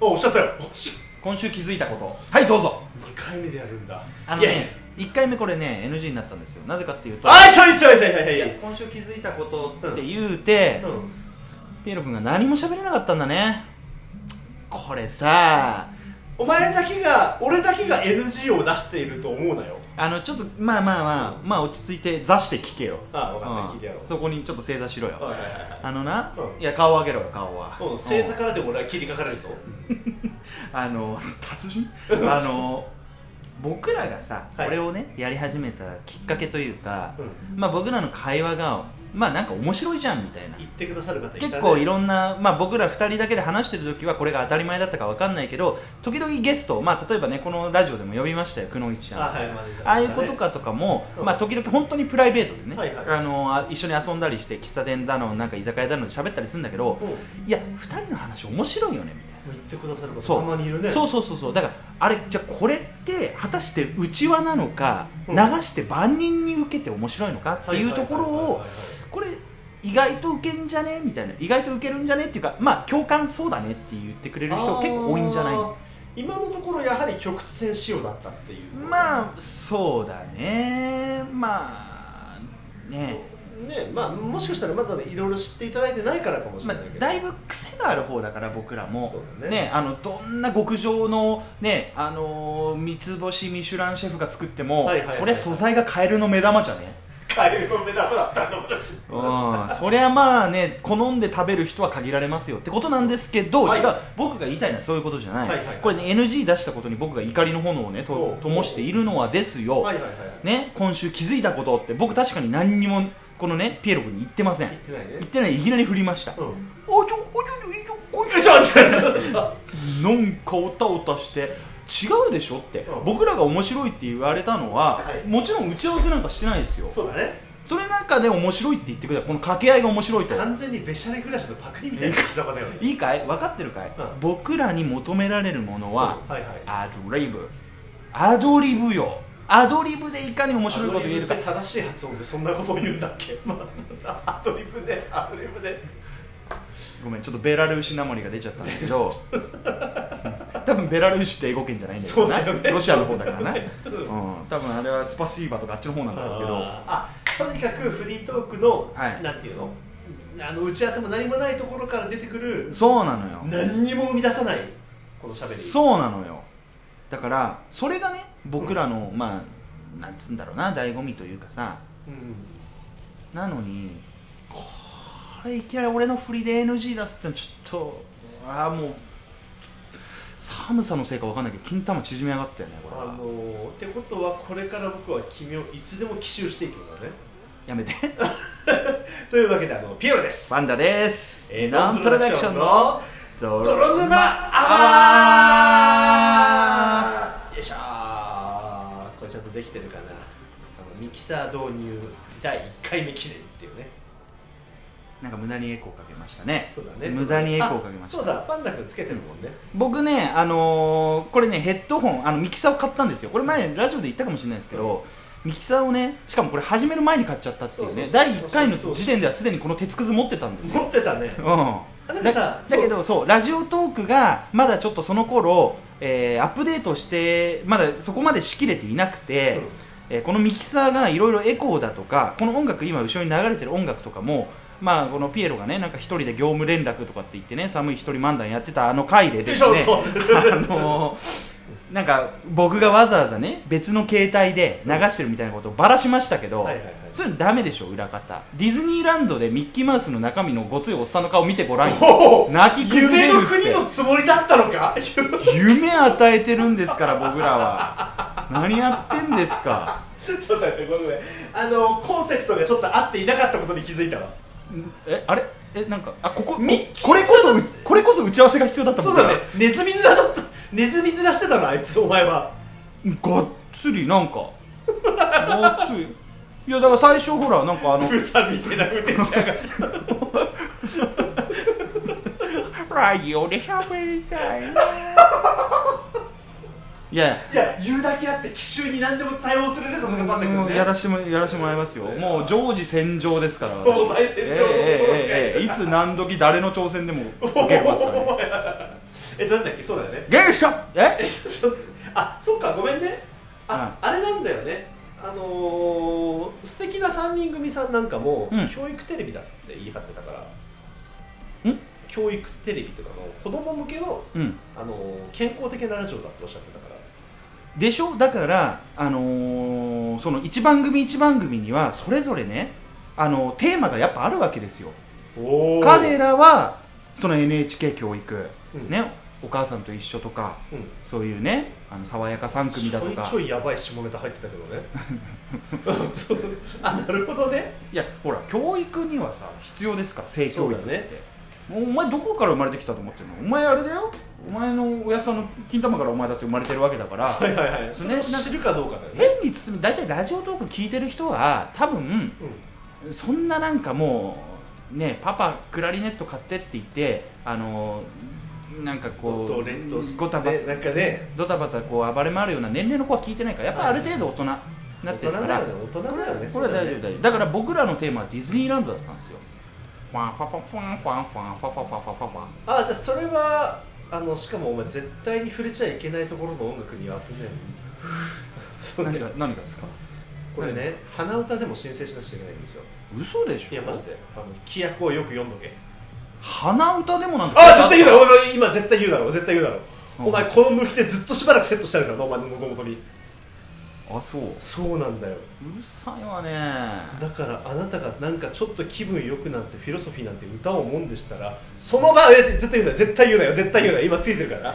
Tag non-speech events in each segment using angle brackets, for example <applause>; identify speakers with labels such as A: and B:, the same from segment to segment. A: おっしゃったよおっし
B: 今週気づいたことはいどうぞ
A: ゃ2回目でやるんだ
B: あの
A: いやい
B: ね1回目これね NG になったんですよなぜかっていうと
A: やあちょいちょいちょいちょい
B: い
A: ちょ
B: や
A: い
B: 今週気づいたことって言うて、
A: うん
B: ピエロ君が何も喋れなかったんだねこれさ
A: お前だけが俺だけが NG を出していると思うなよ
B: あのちょっとまあまあまあ、まあ落ち着いて座して聞けよ
A: あ分かった聞いてやろう
B: そこにちょっと正座しろよ
A: はいはいはい
B: あのな、
A: うん
B: いや顔を上げろよ顔は、
A: うん正座
B: うん
A: からでも俺は切りかかられるぞ
B: あの <laughs> 達人
A: <laughs>
B: あの僕らがさ、
A: はい
B: これをねやり始めたきっかけというか、
A: う
B: まあ僕らの会話がまあなんか面白いじゃんみたいな
A: 言ってくださる方いたね
B: 結構いろんな、まあ、僕ら2人だけで話してる時はこれが当たり前だったか分かんないけど時々ゲストを、まあ、例えばねこのラジオでも呼びましたよ久能一ちゃん
A: あはいマネージャーさん
B: ああいうことかとかも、
A: うん
B: まあ、時々本当にプライベートでね、
A: はいはい
B: あのあ一緒に遊んだりして喫茶店だのなんか居酒屋だので喋ったりするんだけど、
A: う
B: いや2人の話面白いよねみたいな。
A: 言ってくださる方
B: そう
A: たまにいるね
B: そうそうそうそうだからあれじゃあこれって果たして内輪なのか、
A: うん
B: 流して万人に受けて面白いのかっていうところ
A: はいはいはい
B: を
A: はいはい
B: これ意外と受けんじゃねみたいな意外と受けるんじゃねっていうかまあ共感そうだねって言ってくれる人結構多いんじゃない
A: あー今のところやはり局地戦仕様だったっていう
B: まあそうだねまあね
A: ねまあもしかしたらまだねいろいろ知っていただいてないからかもしれ
B: まあ
A: ないけ、ど、
B: だいぶ癖がある方だから僕らも
A: そうだね
B: あのどんな極上の、ねあのー三つ星ミシュランシェフが作っても、
A: はいはいはい
B: そりゃ素材がカエルの目玉じゃね
A: カエルの目玉だったの私 <laughs>
B: うん、そりゃまあね好んで食べる人は限られますよってことなんですけど、
A: はい
B: 違う僕が言いたいのはそういうことじゃない、
A: はいはいはい
B: これね NG 出したことに僕が怒りの炎をねと
A: おう
B: 灯しているのはですよ、
A: はいはいはい
B: ね、今週気づいたことって僕確かに何にもこのねピエロ君に言ってません
A: 言ってないね
B: 言ってないいきなり振りました、
A: うん
B: おちょおちょおちょおちょおち
A: ち
B: ょ
A: ょっと
B: なんかおたおたして違うでしょって、
A: うん
B: 僕らが面白いって言われたのは、
A: はい
B: もちろん打ち合わせなんかしてないですよ
A: そうだね
B: それなんかで面白いって言ってくれたこの掛け合いが面白いと
A: 完全にべしゃれ暮らしのパクリみたいな生き様だよね
B: いいかい分かってるかい、
A: うん
B: 僕らに求められるものは、
A: うんはいはい
B: アドリブアドリブよアドリブでいかに面白いこと言えるか
A: アドリブって正しい発音でそんなことを言うんだっ
B: <laughs>
A: け、まあ、アドリブでアドリブで
B: ごめんちょっとベラルーシなもりが出ちゃったんだ
A: <laughs>
B: けど多分ベラルーシって英語圏じゃないんだけどな
A: そうだよね
B: ロシアの方だからな、うん
A: そうだよね
B: 多分あれはスパシーバとかあっちの方なんだろうけど
A: あーあとにかくフリートークの、
B: はい
A: なんていうのあの打ち合わせも何もないところから出てくる
B: そうなのよ
A: 何にも生み出さないこの喋り
B: そうなのよだからそれがね僕らの、まあなんつうんだろうな醍醐味というかさ
A: うん
B: なのにこれいきなり俺の振りで NG 出すってのちょっとああもう寒さのせいかわかんないけど金玉縮み上がったよねこれ
A: あ
B: は
A: のーってことはこれから僕は君をいつでも奇襲していくんだね
B: やめて
A: というわけであのピエロです
B: パンダです
A: えー
B: ノンプロダクションのド
A: 泥沼アワ
B: アワー
A: ーよいしょーこれちゃんとできてるかなあのミキサー導入第1回目記念っていうね
B: なんか無駄にエコーかけましたね
A: そうだね
B: 無駄にエコーかけました
A: あそうだパンダ君つけてるもんね
B: 僕ね、あのーこれねヘッドホンあのミキサーを買ったんですよこれ前ラジオで言ったかもしれないですけど、ミキサーをねしかもこれ始める前に買っちゃったっていう
A: そ
B: ね
A: うそうそう
B: 第1回の時点ではすでにこの鉄くず持ってたんですよ、
A: 持ってたね
B: う
A: あなん
B: ん、
A: か
B: だ
A: さ
B: だけどそうラジオトークがまだちょっとその頃、えーアップデートしてまだそこまでしきれていなくて、
A: うん
B: えーこのミキサーがいろいろエコーだとかこの音楽今後ろに流れてる音楽とかもまあこのピエロがねなんか一人で業務連絡とかって言ってね寒い一人漫談やってたあの回でです
A: よ
B: ね
A: いしょっと
B: <laughs> あのーなんか僕がわざわざね別の携帯で流してるみたいなことをばらしましたけど、
A: はいはいはい
B: そういうのダメでしょ裏方ディズニーランドでミッキーマウスの中身のごついおっさんの顔見てご
A: <laughs>
B: らんよ
A: おお
B: 泣き崩
A: 夢
B: れる
A: の
B: って
A: 国のつもりだったのか
B: 夢与えてるんですから僕らは何やってんですか
A: ちょっと待ってごめんごめんあのコンセプトがちょっと合っていなかったことに気づいたわ
B: えあれえなんかあこここ
A: ミッキー
B: これこそこれこそ打ち合わせが必要だった
A: そ
B: も
A: うん
B: な
A: だねネズミ面だったネズミ面してたのあいつお前は
B: がっつりなんかがっつりいやだから最初ほらなんかあの
A: プーさんみたいな運転しやがって
B: ラジオで喋りたいないや
A: いや言うだけあって奇襲に何でも対応するねさすがパンダ君
B: もう
A: ね
B: やらしてもやらしてもらいますよもう常時戦場ですから
A: 東西戦場の心遣い <laughs>
B: ええええええいつ何時誰の挑戦でも受けますからね
A: ええなんだっけそうだよね
B: ゲイシャえ
A: えそあそっかごめんねあ、あれなんだよねあのー、素敵な3人組さんなんかも、
B: うん
A: 教育テレビだって言い張ってたから
B: ん
A: 教育テレビとかの子供向けの、
B: うん
A: あのー健康的なラジオだっておっしゃってたから
B: でしょだからあのーその一番組一番組にはそれぞれねあのテーマがやっぱあるわけですよ
A: お
B: 彼らはその NHK 教育、
A: うん
B: ねお母さんと一緒とか
A: うん
B: そういうねあの爽やか3組
A: ち
B: だ
A: ょ
B: と
A: い
B: か
A: ちょいやばい下ネタ入ってたけどね <laughs> そうあなるほどね
B: いやほら教育にはさ必要ですから性教育って、
A: そうだね
B: もうお前どこから生まれてきたと思ってるのお前あれだよお前の親さんの金玉からお前だって生まれてるわけだから、
A: はいはいはい
B: そ
A: それ
B: れ
A: を
B: ね
A: 知るかどうかだよね
B: 変に包み大体ラジオトーク聞いてる人は多分そんななんかもうねパパクラリネット買ってって言ってあのなんか
A: うん
B: こ
A: と連動し
B: う
A: て
B: ごたば
A: ねなんかね
B: ドタバタこう暴れ回るような年齢の子は聞いてないからやっぱある程度大人にな
A: 大
B: ってる
A: 人
B: か
A: だ
B: ら
A: よね大人だよね
B: これは大丈夫
A: だ
B: 大丈夫だから僕らのテーマはディズニーランドだったんですよファンファファファンファンファンファファファファファファ
A: あじゃあそれはあのしかもお前絶対に触れちゃいけないところの音楽には触れないの <laughs> そう
B: 何が何がですか
A: これね鼻歌でも申請しなくちゃいけないんですよ
B: 嘘でし
A: い
B: ょ
A: やマジであの規約をよく読んどけ
B: 鼻歌でもなんか
A: あ絶対言うだろ俺今絶対言うだろ絶対言うだろ
B: うん
A: お前この向きでずっとしばらくセットしてあるからなお前の喉元に
B: あそうう
A: そうなんだよ
B: るさいわね
A: だからあなたがなんかちょっと気分良くなってフィロソフィーなんて歌をもんでしたらその場で絶対言うなよ絶対言うなよ絶対言うなよ今ついてるから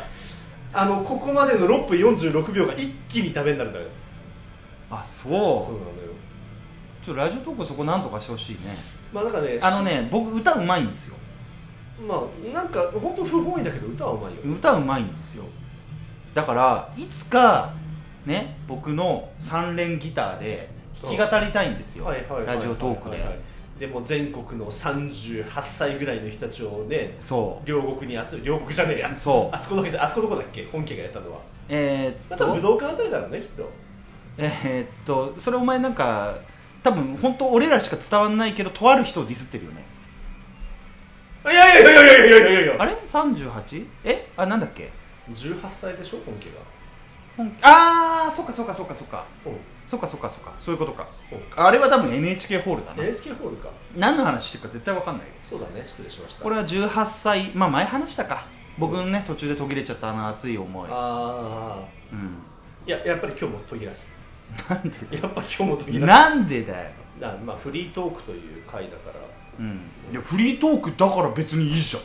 A: あのここまでの6分46秒が一気にダメになるんだよ
B: あ
A: そうな
B: そ
A: の
B: う
A: よ
B: ちょっとラジオトークそこなんとかしてほしいね
A: まあなんかね
B: あのね僕歌うまいんですよ
A: しまあなんか本当不本意だけど歌はうまいよ、
B: 歌うまいんですよだからいつかね僕の三連ギターで弾き語りたいんですよ
A: はいはいはい
B: ラジオトークで
A: はいはいでも全国の38歳ぐらいの人たちをね
B: そう
A: 両国に集め両国じゃねえや
B: そう
A: あそこだけであそこどこだっけ本家がやったのは
B: えー
A: ま
B: っ
A: あ多分
B: と
A: 武道館あたりだろうねきっと
B: えーっとそれお前なんか多分本当俺らしか伝わんないけどとある人をディスってるよね
A: いやいやいやいやいやいやいやいや
B: あれ 38? えあなんだっけ
A: 18歳でしょ本家が
B: 本ああそっかそっかそっかそっか
A: う
B: そっかそっかそっかそういうことか
A: うん
B: あれは多分 NHK ホールだ
A: ん
B: ね
A: NHK ホールか
B: 何の話してるか絶対わかんないよ
A: そうだね失礼しました
B: これは18歳まあ前話したか僕のね途中で途切れちゃったあの熱い思い、
A: ああ
B: うん、
A: いややっぱり今日も途切らす
B: なんで
A: やっぱ今日も途切ら
B: なんでだよ、
A: すなまあフリートークという回だから、
B: うん、いやフリートークだから別にいいじゃ
A: う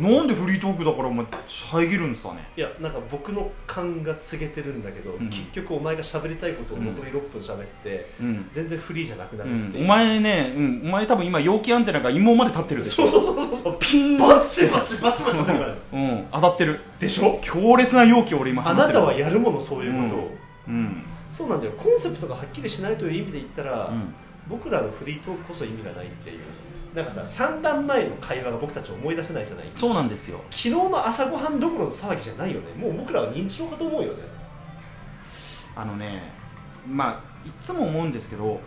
A: ん
B: んなんでフリートークだからお前遮るんすかね
A: いやなんか僕の勘が告げてるんだけど、
B: ん
A: 結局お前が喋りたいことを残り6分喋って、
B: うん、
A: 全然フリーじゃなくな
B: う
A: るっ
B: ん
A: て、いう、
B: お前ね、うん、お前多分今陽気アンテナが陰謀まで立ってるでし
A: そ
B: ょ
A: うそうそうそうそう
B: ピーン
A: バチバチバチバチバチバチ
B: うん当たってる
A: でしょ
B: 強烈な陽気俺今放
A: あ
B: っ
A: な
B: てる
A: たはやるものそういうことを、
B: うん
A: そうなんだよコンセプトがはっきりしないという意味で言ったら、
B: うん
A: 僕らのフリートークこそ意味がないっていうなんかさ三段前の会話が僕たち思い出せないじゃない
B: そう
A: 昨
B: なんですよ
A: 日の朝ごはんどころの騒ぎじゃないよねもう僕らは認知症かと思うよね
B: あのねまあいつも思うんですけど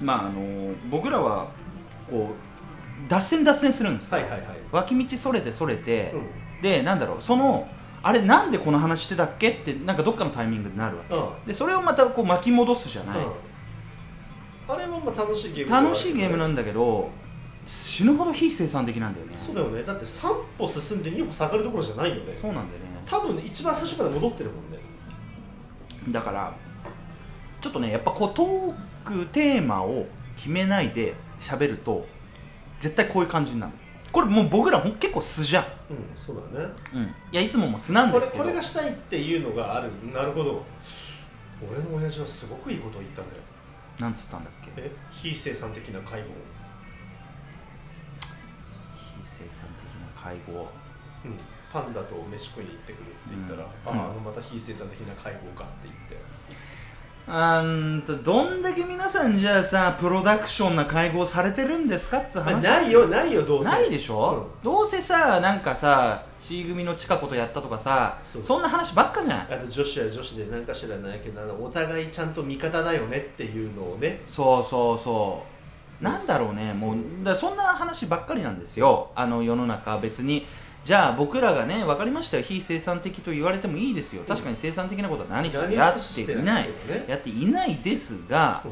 A: うん
B: まああの僕らはこう脱線脱線するんですよ、
A: はいはいはい
B: 脇道それてそれて、
A: うん
B: でなんだろうそのあれなんでこの話してたっけってなんかどっかのタイミングでなるわけ
A: うん、
B: でそれをまたこう巻き戻すじゃない、
A: うんあれはまあ楽しいゲーム
B: 楽しいゲームなんんだけど死ぬほど非生産的なんだよね
A: そうだよねだって3歩進んで2歩下がるどころじゃないよね
B: そうなんだよね
A: 多分一番最初から戻ってるもんね
B: だからちょっとねやっぱこうトークテーマを決めないで喋ると絶対こういう感じになるこれもう僕らほん結構素じゃん、
A: うんそうだね
B: うん、いやいつももう素なん
A: これ
B: ですけど
A: これがしたいっていうのがあるなるほど俺の親父はすごくいいことを言ったね
B: なんつったんだっけ非
A: え非生産的な介護
B: 生産的な会合
A: うん、パンダと飯食いに行ってくるって言ったら、
B: うん
A: ああ
B: うん
A: のまた非生産的な介護かって言って
B: あーんとどんだけ皆さんじゃあさプロダクションな会合されてるんですかっつう話
A: あないよないよどうせ
B: ないでしょ、どうせさなんかさ C 組の近子とやったとかさ
A: そう
B: そんな話ばっかじゃん
A: あと女子は女子で何かしらないけどあのお互いちゃんと味方だよねっていうのをね
B: そうそうそうなんだろうねもうだからそんな話ばっかりなんですよあの世の中別にじゃあ僕らがね分かりましたよ非生産的と言われてもいいですよ確かに生産的なことは何一つ
A: 何
B: や
A: 一
B: っ
A: つ
B: て
A: し
B: い
A: て
B: な
A: ない
B: い
A: ですよね
B: やっていないですが
A: う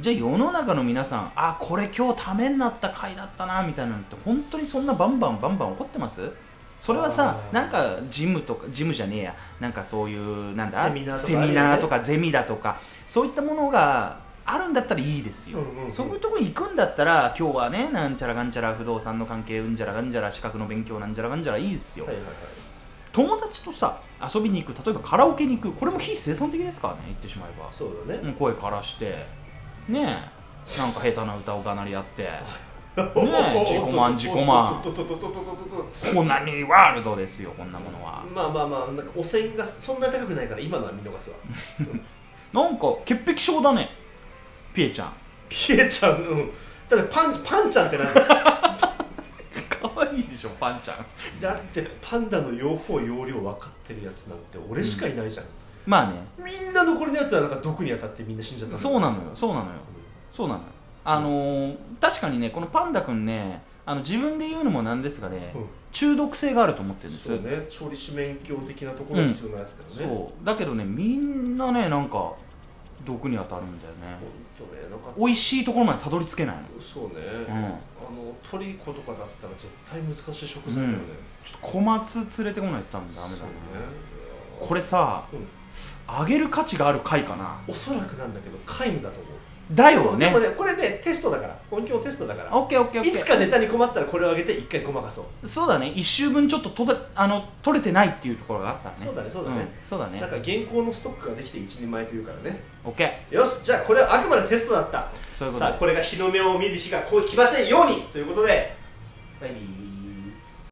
A: ん
B: じゃあ世の中の皆さんあこれ今日ためになった回だったなみたいなのって本当にそんなバンバンバンバン起こってますそれはさ
A: あー
B: なんかジムとかジムじゃねえやなんかそういうなんだ
A: セミナーとか
B: セミナーとかゼミだとかそういったものがあるんだったらいいですよ、
A: うんうんうん
B: そういうとこに行くんだったら今日はねなんちゃらがんちゃら不動産の関係うんじゃらがんじゃら資格の勉強なんじゃらがんじゃらいいですよ、
A: はいはいはい
B: 友達とさ遊びに行く例えばカラオケに行くこれも非生産的ですからね言ってしまえば
A: そうだね
B: もう声枯らしてねえなんか下手な歌をがなりやってえ自己満自己満
A: おっとっとっとっとっとっとっとっとっと
B: こんなにワールドですよこんなものは
A: まあまあまあなんか汚染がそんなに高くないから今のは見逃すわ
B: なんか潔癖症だねピエちゃん
A: ピエちゃんうんだってパンパンちゃんって何だ
B: 可愛いでしょパンちゃん
A: ってパンダの用法用量分かってるやつなんて俺しかいないじゃん、
B: まあね
A: みんな残りのやつはなんか毒に当たってみんな死んじゃった
B: そう
A: な
B: なのよそうなのよそうなのよあのー確かにねこのパンダくんねあの自分で言うのもなんですがね、
A: うん
B: 中毒性があると思ってるんです
A: そうね調理師免許的なところが必要なやつだよね、
B: そうだけどねみんなねなんか毒に当たるんだよね
A: そうねなんか
B: 美味しいところまでたどり着けないの
A: そうね、
B: うん
A: あのトリコとかだったら絶対難しい食材だよね、
B: ちょっと小松連れてこないと多分ダ
A: そ
B: メだ
A: う
B: ね
A: ね
B: これさ
A: うん
B: あげる価値がある回かな
A: おそらくなんだけどカインだと思う
B: だよね
A: でもねこれねテストだから音響テストだから
B: オッケーオッケーオッケ
A: い
B: ー
A: つかネタに困ったらこれを上げて一回ごまかそう、
B: そうだね一周分ちょっととだあの取れてないっていうところがあったね
A: そうだねそうだね
B: んそうだね
A: なんか原稿のストックができて一人前というからね
B: オッケー
A: よしじゃあこれはあくまでテストだった
B: そういうことです
A: さあこれが日の目を見る日がこう来ませんようにということでバイビー